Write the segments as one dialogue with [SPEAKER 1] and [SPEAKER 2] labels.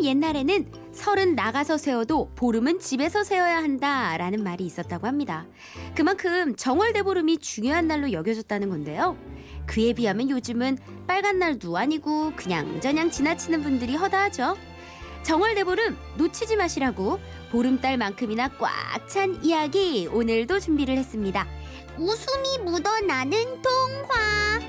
[SPEAKER 1] 옛날에는 설은 나가서 세워도 보름은 집에서 세워야 한다라는 말이 있었다고 합니다. 그만큼 정월대보름이 중요한 날로 여겨졌다는 건데요. 그에 비하면 요즘은 빨간 날도 아니고 그냥 저냥 지나치는 분들이 허다하죠. 정월대보름 놓치지 마시라고 보름달만큼이나 꽉 찬 이야기 오늘도 준비를 했습니다.
[SPEAKER 2] 웃음이 묻어나는 통화.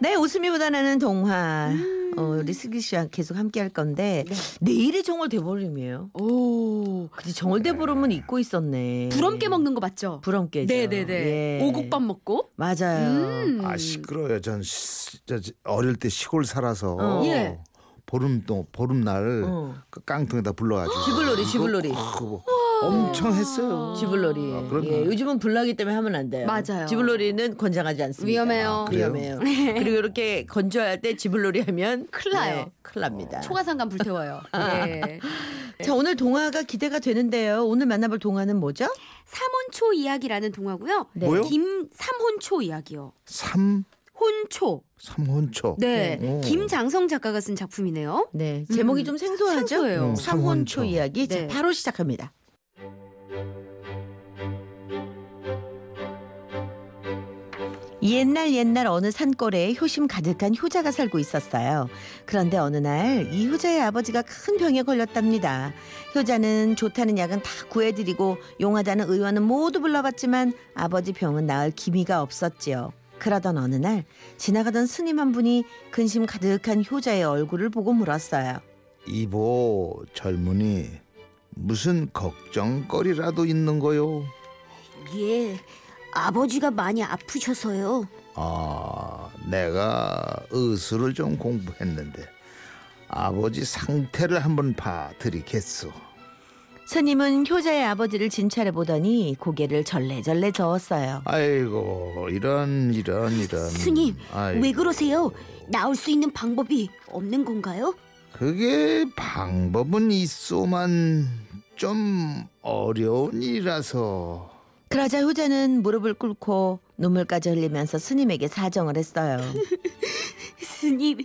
[SPEAKER 3] 네, 웃음이 묻어나는 동화.
[SPEAKER 1] 음.
[SPEAKER 3] 어, 우리 슬기 씨와 계속 함께 할 건데
[SPEAKER 1] 네.
[SPEAKER 3] 내일이 정월 대보름이에요.
[SPEAKER 1] 오
[SPEAKER 3] 근데 정월 대보름은 잊고 있었네.
[SPEAKER 1] 네. 부럼깨 먹는 거 맞죠?
[SPEAKER 3] 부럼깨죠.
[SPEAKER 1] 네네네.
[SPEAKER 3] 예.
[SPEAKER 1] 오곡밥 먹고.
[SPEAKER 3] 맞아요.
[SPEAKER 1] 음.
[SPEAKER 4] 아 시끄러요. 전 시, 저, 저, 어릴 때 시골 살아서
[SPEAKER 3] 어.
[SPEAKER 1] 예.
[SPEAKER 4] 보름동 보름날
[SPEAKER 3] 어. 아,
[SPEAKER 4] 그 깡통에다 불러가지고
[SPEAKER 3] 지불놀이,
[SPEAKER 4] 그거
[SPEAKER 3] 지불놀이. 아.
[SPEAKER 4] 그거 엄청 했어요.
[SPEAKER 3] 지불놀이.
[SPEAKER 4] 아, 그럼요.
[SPEAKER 3] 예, 요즘은 불나기 때문에 하면 안 돼요.
[SPEAKER 1] 맞아요.
[SPEAKER 3] 지불놀이는 권장하지 않습니다.
[SPEAKER 1] 위험해요. 네.
[SPEAKER 4] 그래요?
[SPEAKER 3] 위험해요. 그리고 이렇게 건조할 때 지불놀이 하면
[SPEAKER 1] 큰일 나요.
[SPEAKER 3] 네, 큰일 납니다.
[SPEAKER 1] 초가상감 불태워요. 예.
[SPEAKER 3] 자, 오늘 동화가 기대가 되는데요. 오늘 만나볼 동화는 뭐죠?
[SPEAKER 1] 삼혼초 이야기라는 동화고요.
[SPEAKER 3] 네.
[SPEAKER 4] 뭐요?
[SPEAKER 1] 김삼혼초 이야기요.
[SPEAKER 4] 삼
[SPEAKER 1] 혼초.
[SPEAKER 4] 삼혼초. 어.
[SPEAKER 1] 네.
[SPEAKER 4] 오.
[SPEAKER 1] 김장성 작가가 쓴 작품이네요.
[SPEAKER 3] 네, 제목이
[SPEAKER 1] 음,
[SPEAKER 3] 좀 생소하죠?
[SPEAKER 1] 생소해요.
[SPEAKER 4] 음,
[SPEAKER 3] 삼혼초
[SPEAKER 4] 삼혼초.
[SPEAKER 3] 이야기.
[SPEAKER 1] 네.
[SPEAKER 3] 자, 바로 시작합니다. 옛날 옛날 어느 산골에 효심 가득한 효자가 살고 있었어요. 그런데 어느 날 이 효자의 아버지가 큰 병에 걸렸답니다. 효자는 좋다는 약은 다 구해드리고 용하다는 의원은 모두 불러봤지만 아버지 병은 나을 기미가 없었지요. 그러던 어느 날 지나가던 스님 한 분이 근심 가득한 효자의 얼굴을 보고 물었어요.
[SPEAKER 4] 이보 젊은이 무슨 걱정거리라도 있는 거요.
[SPEAKER 2] 예, 아버지가 많이 아프셔서요.
[SPEAKER 4] 아 내가 의술을 좀 공부했는데 아버지 상태를 한번 봐드리겠소.
[SPEAKER 3] 스님은 효자의 아버지를 진찰해 보더니 고개를 절레절레 저었어요.
[SPEAKER 4] 아이고 이런 이런 이런.
[SPEAKER 2] 스님,
[SPEAKER 4] 아이고.
[SPEAKER 2] 왜 그러세요? 나올 수 있는 방법이 없는 건가요?
[SPEAKER 4] 그게 방법은 있소만 좀 어려운 일이라서
[SPEAKER 3] 그러자 효자는 무릎을 꿇고 눈물까지 흘리면서 스님에게 사정을 했어요.
[SPEAKER 2] 스님,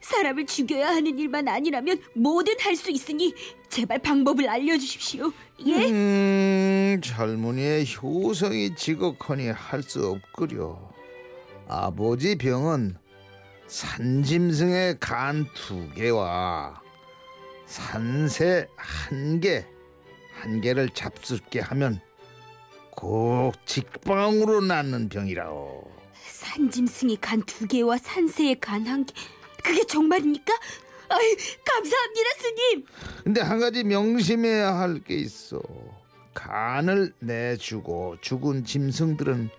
[SPEAKER 2] 사람을 죽여야 하는 일만 아니라면 뭐든 할 수 있으니 제발 방법을 알려주십시오. 예?
[SPEAKER 4] 음, 젊은이의 효성이 지극하니 할 수 없구려 아버지 병은 산짐승의 간 두 개와 산새 한 개, 한 개를 잡숫게 하면 곧 직방으로 낫는 병이라오.
[SPEAKER 2] 산짐승의 간 두 개와 산새의 간 한 개. 그게 정말입니까? 아유, 감사합니다, 스님.
[SPEAKER 4] 근데 한 가지 명심해야 할 게 있어. 간을 내주고 죽은 짐승들은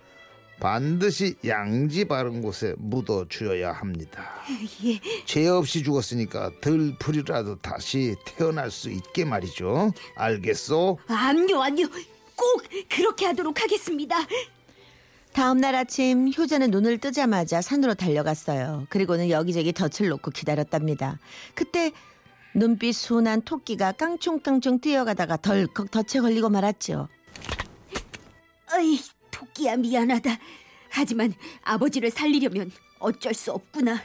[SPEAKER 4] 반드시 양지 바른 곳에 묻어 주어야 합니다.
[SPEAKER 2] 예,
[SPEAKER 4] 죄 없이 죽었으니까 들풀이라도 다시 태어날 수 있게 말이죠. 알겠소?
[SPEAKER 2] 아니요, 아니요. 꼭 그렇게 하도록 하겠습니다.
[SPEAKER 3] 다음 날 아침 효자는 눈을 뜨자마자 산으로 달려갔어요. 그리고는 여기저기 덫을 놓고 기다렸답니다. 그때 눈빛 순한 토끼가 깡충깡충 뛰어가다가 덜컥 덫에 걸리고 말았죠.
[SPEAKER 2] 어이, 토끼야 미안하다. 하지만 아버지를 살리려면 어쩔 수 없구나.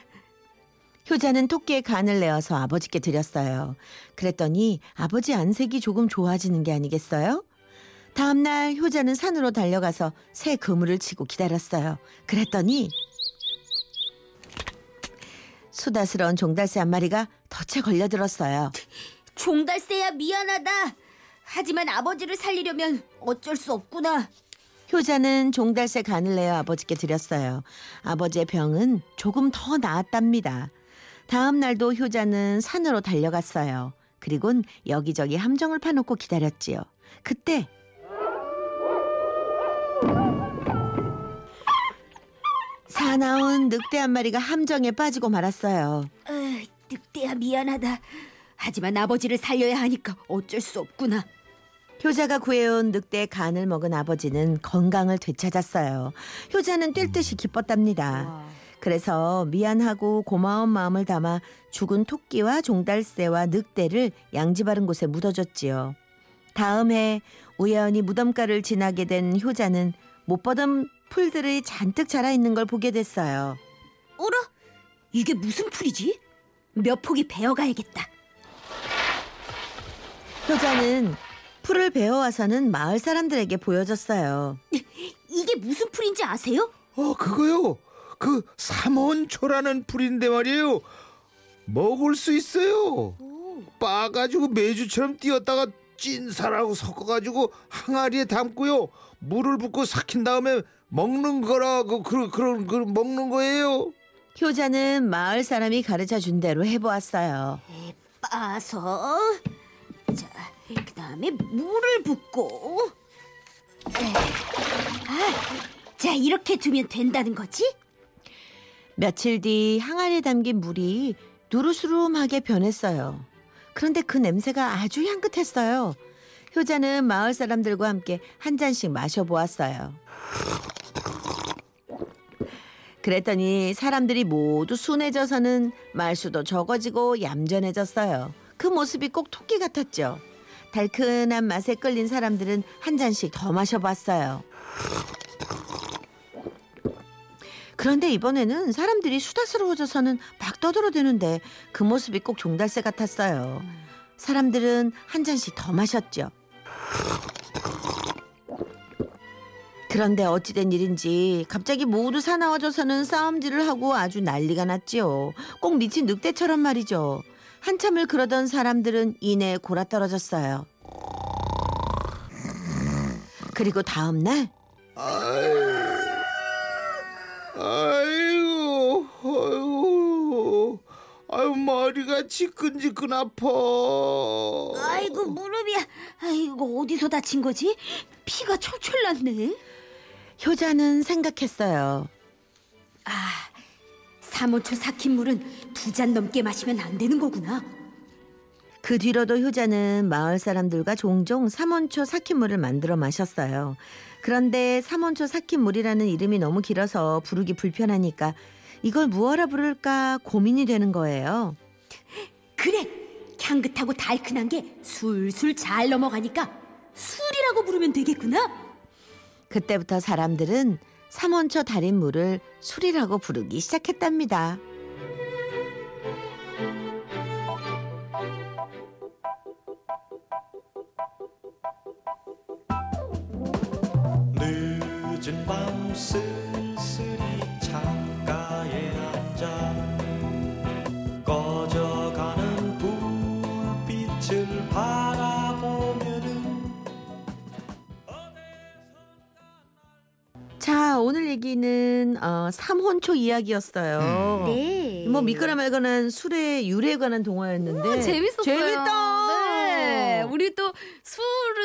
[SPEAKER 3] 효자는 토끼의 간을 내어서 아버지께 드렸어요. 그랬더니 아버지 안색이 조금 좋아지는 게 아니겠어요? 다음 날 효자는 산으로 달려가서 새 그물을 치고 기다렸어요. 그랬더니 수다스러운 종달새 한 마리가 덫에 걸려들었어요.
[SPEAKER 2] 종달새야 미안하다. 하지만 아버지를 살리려면 어쩔 수 없구나.
[SPEAKER 3] 효자는 종달새 간을 내어 아버지께 드렸어요. 아버지의 병은 조금 더 나았답니다. 다음 날도 효자는 산으로 달려갔어요. 그리곤 여기저기 함정을 파놓고 기다렸지요. 그때 사나운 늑대 한 마리가 함정에 빠지고 말았어요.
[SPEAKER 2] 어, 늑대야 미안하다. 하지만 아버지를 살려야 하니까 어쩔 수 없구나.
[SPEAKER 3] 효자가 구해온 늑대의 간을 먹은 아버지는 건강을 되찾았어요. 효자는 뛸 듯이 기뻤답니다. 그래서 미안하고 고마운 마음을 담아 죽은 토끼와 종달새와 늑대를 양지 바른 곳에 묻어줬지요. 다음 해 우연히 무덤가를 지나게 된 효자는 못 보던 풀들이 잔뜩 자라 있는 걸 보게 됐어요.
[SPEAKER 2] 어라? 이게 무슨 풀이지? 몇 포기 베어가야겠다.
[SPEAKER 3] 효자는 풀을 베어와서는 마을 사람들에게 보여줬어요.
[SPEAKER 2] 이게 무슨 풀인지 아세요?
[SPEAKER 4] 어 그거요 그 삼원초라는 풀인데 말이에요 먹을 수 있어요 빻아가지고 매주처럼 띄었다가 찐살하고 섞어가지고 항아리에 담고요 물을 붓고 삭힌 다음에 먹는 거라고 그, 그런 그 먹는 거예요
[SPEAKER 3] 효자는 마을 사람이 가르쳐 준 대로 해보았어요.
[SPEAKER 2] 빠서 자 그다음에 물을 붓고 에, 아, 자 이렇게 두면 된다는 거지?
[SPEAKER 3] 며칠 뒤 항아리에 담긴 물이 누르스름하게 변했어요. 그런데 그 냄새가 아주 향긋했어요. 효자는 마을 사람들과 함께 한 잔씩 마셔보았어요. 그랬더니 사람들이 모두 순해져서는 말수도 적어지고 얌전해졌어요. 그 모습이 꼭 토끼 같았죠. 달큰한 맛에 끌린 사람들은 한 잔씩 더 마셔봤어요. 그런데 이번에는 사람들이 수다스러워져서는 막 떠들어대는데 그 모습이 꼭 종달새 같았어요. 사람들은 한 잔씩 더 마셨죠. 그런데 어찌된 일인지 갑자기 모두 사나워져서는 싸움질을 하고 아주 난리가 났지요. 꼭 미친 늑대처럼 말이죠. 한참을 그러던 사람들은 이내 골아 떨어졌어요. 그리고 다음 날
[SPEAKER 4] 아이고 아이고 아유 머리가 지끈지끈 아파
[SPEAKER 2] 아이고 무릎이야. 아이고 어디서 다친 거지? 피가 철철 났네.
[SPEAKER 3] 효자는 생각했어요.
[SPEAKER 2] 삼원초 삭힌 물은 두 잔 넘게 마시면 안 되는 거구나.
[SPEAKER 3] 그 뒤로도 효자는 마을 사람들과 종종 삼원초 삭힌물을 만들어 마셨어요. 그런데 삼원초 삭힌물이라는 이름이 너무 길어서 부르기 불편하니까 이걸 무엇라 부를까 고민이 되는 거예요.
[SPEAKER 2] 그래. 향긋하고 달큰한 게 술술 잘 넘어가니까 술이라고 부르면 되겠구나.
[SPEAKER 3] 그때부터 사람들은 삼원초 달인 물을 술이라고 부르기 시작했답니다.
[SPEAKER 5] 늦은 밤 쓸쓸히 창가에 앉아 꺼져가는 불빛을 바라보면은
[SPEAKER 3] 자, 오늘 얘기는 어, 삼혼초 이야기였어요.
[SPEAKER 1] 네.
[SPEAKER 3] 뭐 미끄러 말거나 술의 유래에 관한 동화였는데
[SPEAKER 1] 재밌었어요.
[SPEAKER 3] 네. 재밌다.
[SPEAKER 1] 네. 우리 또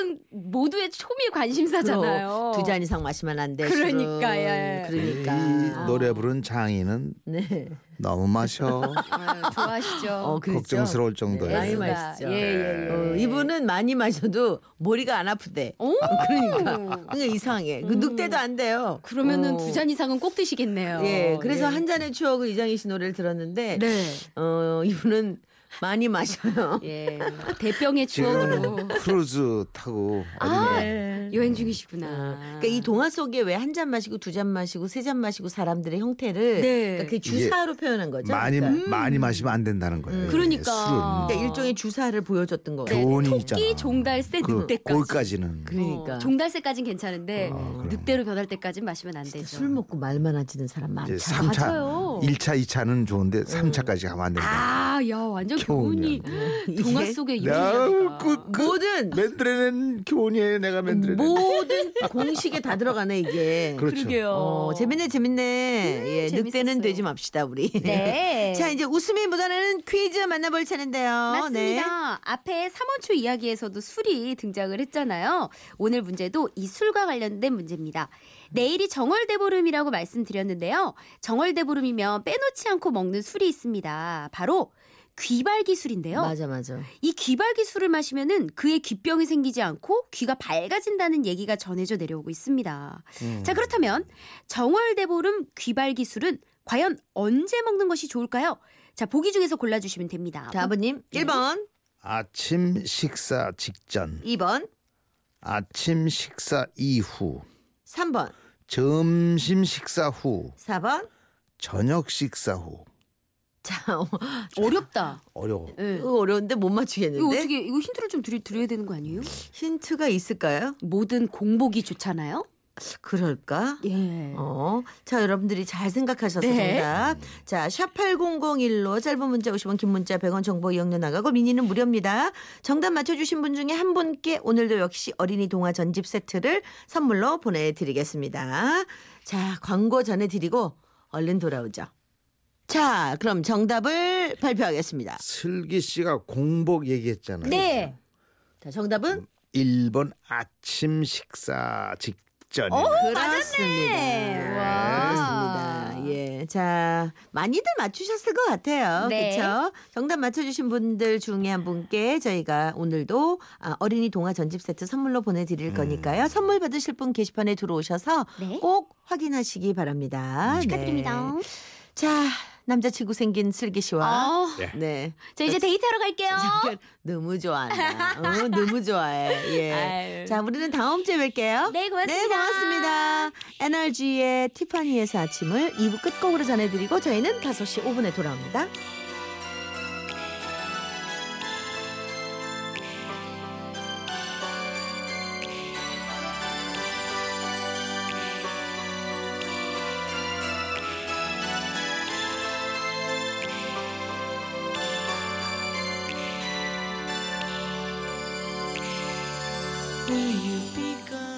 [SPEAKER 1] 술은 모두의 초미의 관심사잖아요.
[SPEAKER 3] 두 잔 이상 마시면 안 돼.
[SPEAKER 1] 그러니까,
[SPEAKER 3] 술은.
[SPEAKER 1] 예.
[SPEAKER 4] 이
[SPEAKER 3] 그러니까.
[SPEAKER 4] 노래 부른 장인은
[SPEAKER 3] 네.
[SPEAKER 4] 너무 마셔
[SPEAKER 1] 아유, 네, 좋아하시죠.
[SPEAKER 3] 어, 그렇죠.
[SPEAKER 4] 걱정스러울 정도예요.
[SPEAKER 3] 많이
[SPEAKER 1] 에스다.
[SPEAKER 3] 마시죠.
[SPEAKER 1] 예,
[SPEAKER 4] 네.
[SPEAKER 1] 예, 예.
[SPEAKER 3] 어, 이분은 많이 마셔도 머리가 안 아프대.
[SPEAKER 1] 오!
[SPEAKER 3] 그러니까. 그러니까 이상해. 그 늑대도 안 돼요.
[SPEAKER 1] 음. 그러면은
[SPEAKER 3] 어.
[SPEAKER 1] 두 잔 이상은 꼭 드시겠네요.
[SPEAKER 3] 예. 그래서
[SPEAKER 1] 예.
[SPEAKER 3] 한 잔의 추억을 이장희 씨 노래를 들었는데
[SPEAKER 1] 네.
[SPEAKER 3] 어, 이분은 많이 마셔요.
[SPEAKER 1] 예. 대병의
[SPEAKER 4] 지금
[SPEAKER 1] 추억으로
[SPEAKER 4] 크루즈 타고
[SPEAKER 1] 뭐. 아,
[SPEAKER 4] 어디냐 뭐
[SPEAKER 1] 여행
[SPEAKER 3] 아,
[SPEAKER 1] 중이시구나.
[SPEAKER 3] 그러니까 이 동화 속에 왜 한 잔 마시고 두 잔 마시고 세 잔 마시고 사람들의 형태를
[SPEAKER 1] 네. 음.
[SPEAKER 3] 그러니까 그게 주사로 표현한 거죠.
[SPEAKER 4] 많이
[SPEAKER 3] 그러니까.
[SPEAKER 4] 많이 마시면 안 된다는 거예요.
[SPEAKER 3] 음.
[SPEAKER 1] 그러니까.
[SPEAKER 4] 술은
[SPEAKER 3] 그러니까 일종의 주사를 보여줬던 거예요.
[SPEAKER 1] 네,
[SPEAKER 4] 돈이
[SPEAKER 1] 토끼
[SPEAKER 4] 있잖아.
[SPEAKER 1] 종달새
[SPEAKER 4] 그
[SPEAKER 1] 늑대까지.
[SPEAKER 4] 거기까지는
[SPEAKER 3] 그러니까
[SPEAKER 1] 어, 종달새까진 괜찮은데
[SPEAKER 4] 어, 그럼.
[SPEAKER 1] 늑대로 변할 때까지는 마시면 안 되죠.
[SPEAKER 3] 진짜 술 먹고 말만 하지는 사람
[SPEAKER 4] 이제
[SPEAKER 3] 많잖아.
[SPEAKER 4] 삼차
[SPEAKER 1] 맞아요.
[SPEAKER 4] 일차이차는 좋은데 삼차까지 가면 안 된다.
[SPEAKER 1] 아, 야 완전
[SPEAKER 4] 좋은
[SPEAKER 1] 교훈이
[SPEAKER 3] 이게
[SPEAKER 1] 동화 속의
[SPEAKER 4] 야,
[SPEAKER 1] 유일하다.
[SPEAKER 4] 그, 그
[SPEAKER 3] 모든
[SPEAKER 4] 맨드레는 교훈이에요. 내가 맨드레.
[SPEAKER 3] 뭐. 모든 공식에 다 들어가네 이게.
[SPEAKER 4] 그렇죠.
[SPEAKER 1] 그러게요.
[SPEAKER 3] 어, 재밌네 재밌네. 예, 늑대는
[SPEAKER 1] 재밌었어요.
[SPEAKER 3] 되지 맙시다 우리.
[SPEAKER 1] 네.
[SPEAKER 3] 자 이제 어, 웃음이 묻어나는 퀴즈 만나볼 차례인데요. 네.
[SPEAKER 1] 맞습니다. 앞에 삼원초 이야기에서도 술이 등장을 했잖아요. 오늘 문제도 이 술과 관련된 문제입니다. 내일이 정월대보름이라고 말씀드렸는데요. 정월대보름이면 빼놓지 않고 먹는 술이 있습니다. 바로 귀발기 술인데요.
[SPEAKER 3] 맞아 맞아.
[SPEAKER 1] 이 귀발기 술을 마시면은 그의 귀병이 생기지 않고 귀가 밝아진다는 얘기가 전해져 내려오고 있습니다.
[SPEAKER 4] 음.
[SPEAKER 1] 자 그렇다면 정월대보름 귀발기 술은 과연 언제 먹는 것이 좋을까요? 자 보기 중에서 골라주시면 됩니다. 음,
[SPEAKER 3] 자 아버님 1번,
[SPEAKER 4] 아침 식사 직전,
[SPEAKER 3] 2번,
[SPEAKER 4] 아침 식사 이후,
[SPEAKER 3] 3번,
[SPEAKER 4] 점심 식사 후,
[SPEAKER 3] 4번,
[SPEAKER 4] 저녁 식사 후.
[SPEAKER 3] 참
[SPEAKER 1] 어렵다. 네.
[SPEAKER 4] 어려워.
[SPEAKER 1] 예.
[SPEAKER 3] 이거 어려운데 못
[SPEAKER 1] 이거
[SPEAKER 3] 맞추겠는데
[SPEAKER 1] 어떻게 이거 힌트를 좀 드려, 드려야 되는 거 아니에요?
[SPEAKER 3] 힌트가 있을까요?
[SPEAKER 1] 모든 공복이 좋잖아요.
[SPEAKER 3] 그럴까?
[SPEAKER 1] 예.
[SPEAKER 3] 어, 자 여러분들이 잘 생각하셔서
[SPEAKER 1] 네.
[SPEAKER 3] 정답. 자, 샵 8001로 짧은 문자 50원, 긴 문자 100원 정보 이용료 나가고 미니는 무료입니다. 정답 맞춰주신 분 중에 한 분께 오늘도 역시 어린이 동화 전집 세트를 선물로 보내드리겠습니다. 자, 광고 전해드리고 얼른 돌아오죠. 자, 그럼 정답을 발표하겠습니다.
[SPEAKER 4] 슬기 씨가 공복 얘기했잖아요.
[SPEAKER 1] 네.
[SPEAKER 3] 자, 정답은
[SPEAKER 4] 1번 아침 식사 직전에
[SPEAKER 3] 그렇습니다.
[SPEAKER 1] 와.
[SPEAKER 3] 그렇습니다. 예. 자, 많이들 맞추셨을 것 같아요.
[SPEAKER 1] 네.
[SPEAKER 3] 그렇죠? 정답 맞춰주신 분들 중에 한 분께 저희가 오늘도 아, 어린이 동화 전집 세트 선물로 보내드릴 거니까요. 선물 받으실 분 게시판에 들어오셔서
[SPEAKER 1] 네.
[SPEAKER 3] 꼭 확인하시기 바랍니다.
[SPEAKER 1] 축하드립니다.
[SPEAKER 3] 네. 자, 남자친구 생긴 슬기 씨와
[SPEAKER 1] 아,
[SPEAKER 3] 네.
[SPEAKER 1] 저 이제 데이트하러 갈게요.
[SPEAKER 3] 잠깐 너무 좋아한다. 어, 너무 좋아해. 예.
[SPEAKER 1] 아유.
[SPEAKER 3] 자, 우리는 다음 주에 뵐게요.
[SPEAKER 1] 네, 고맙습니다.
[SPEAKER 3] 네, 고맙습니다. NRG의 티파니에서 아침을 2부 끝곡으로 전해드리고 저희는 5시 5분에 돌아옵니다.
[SPEAKER 5] Do you be gone?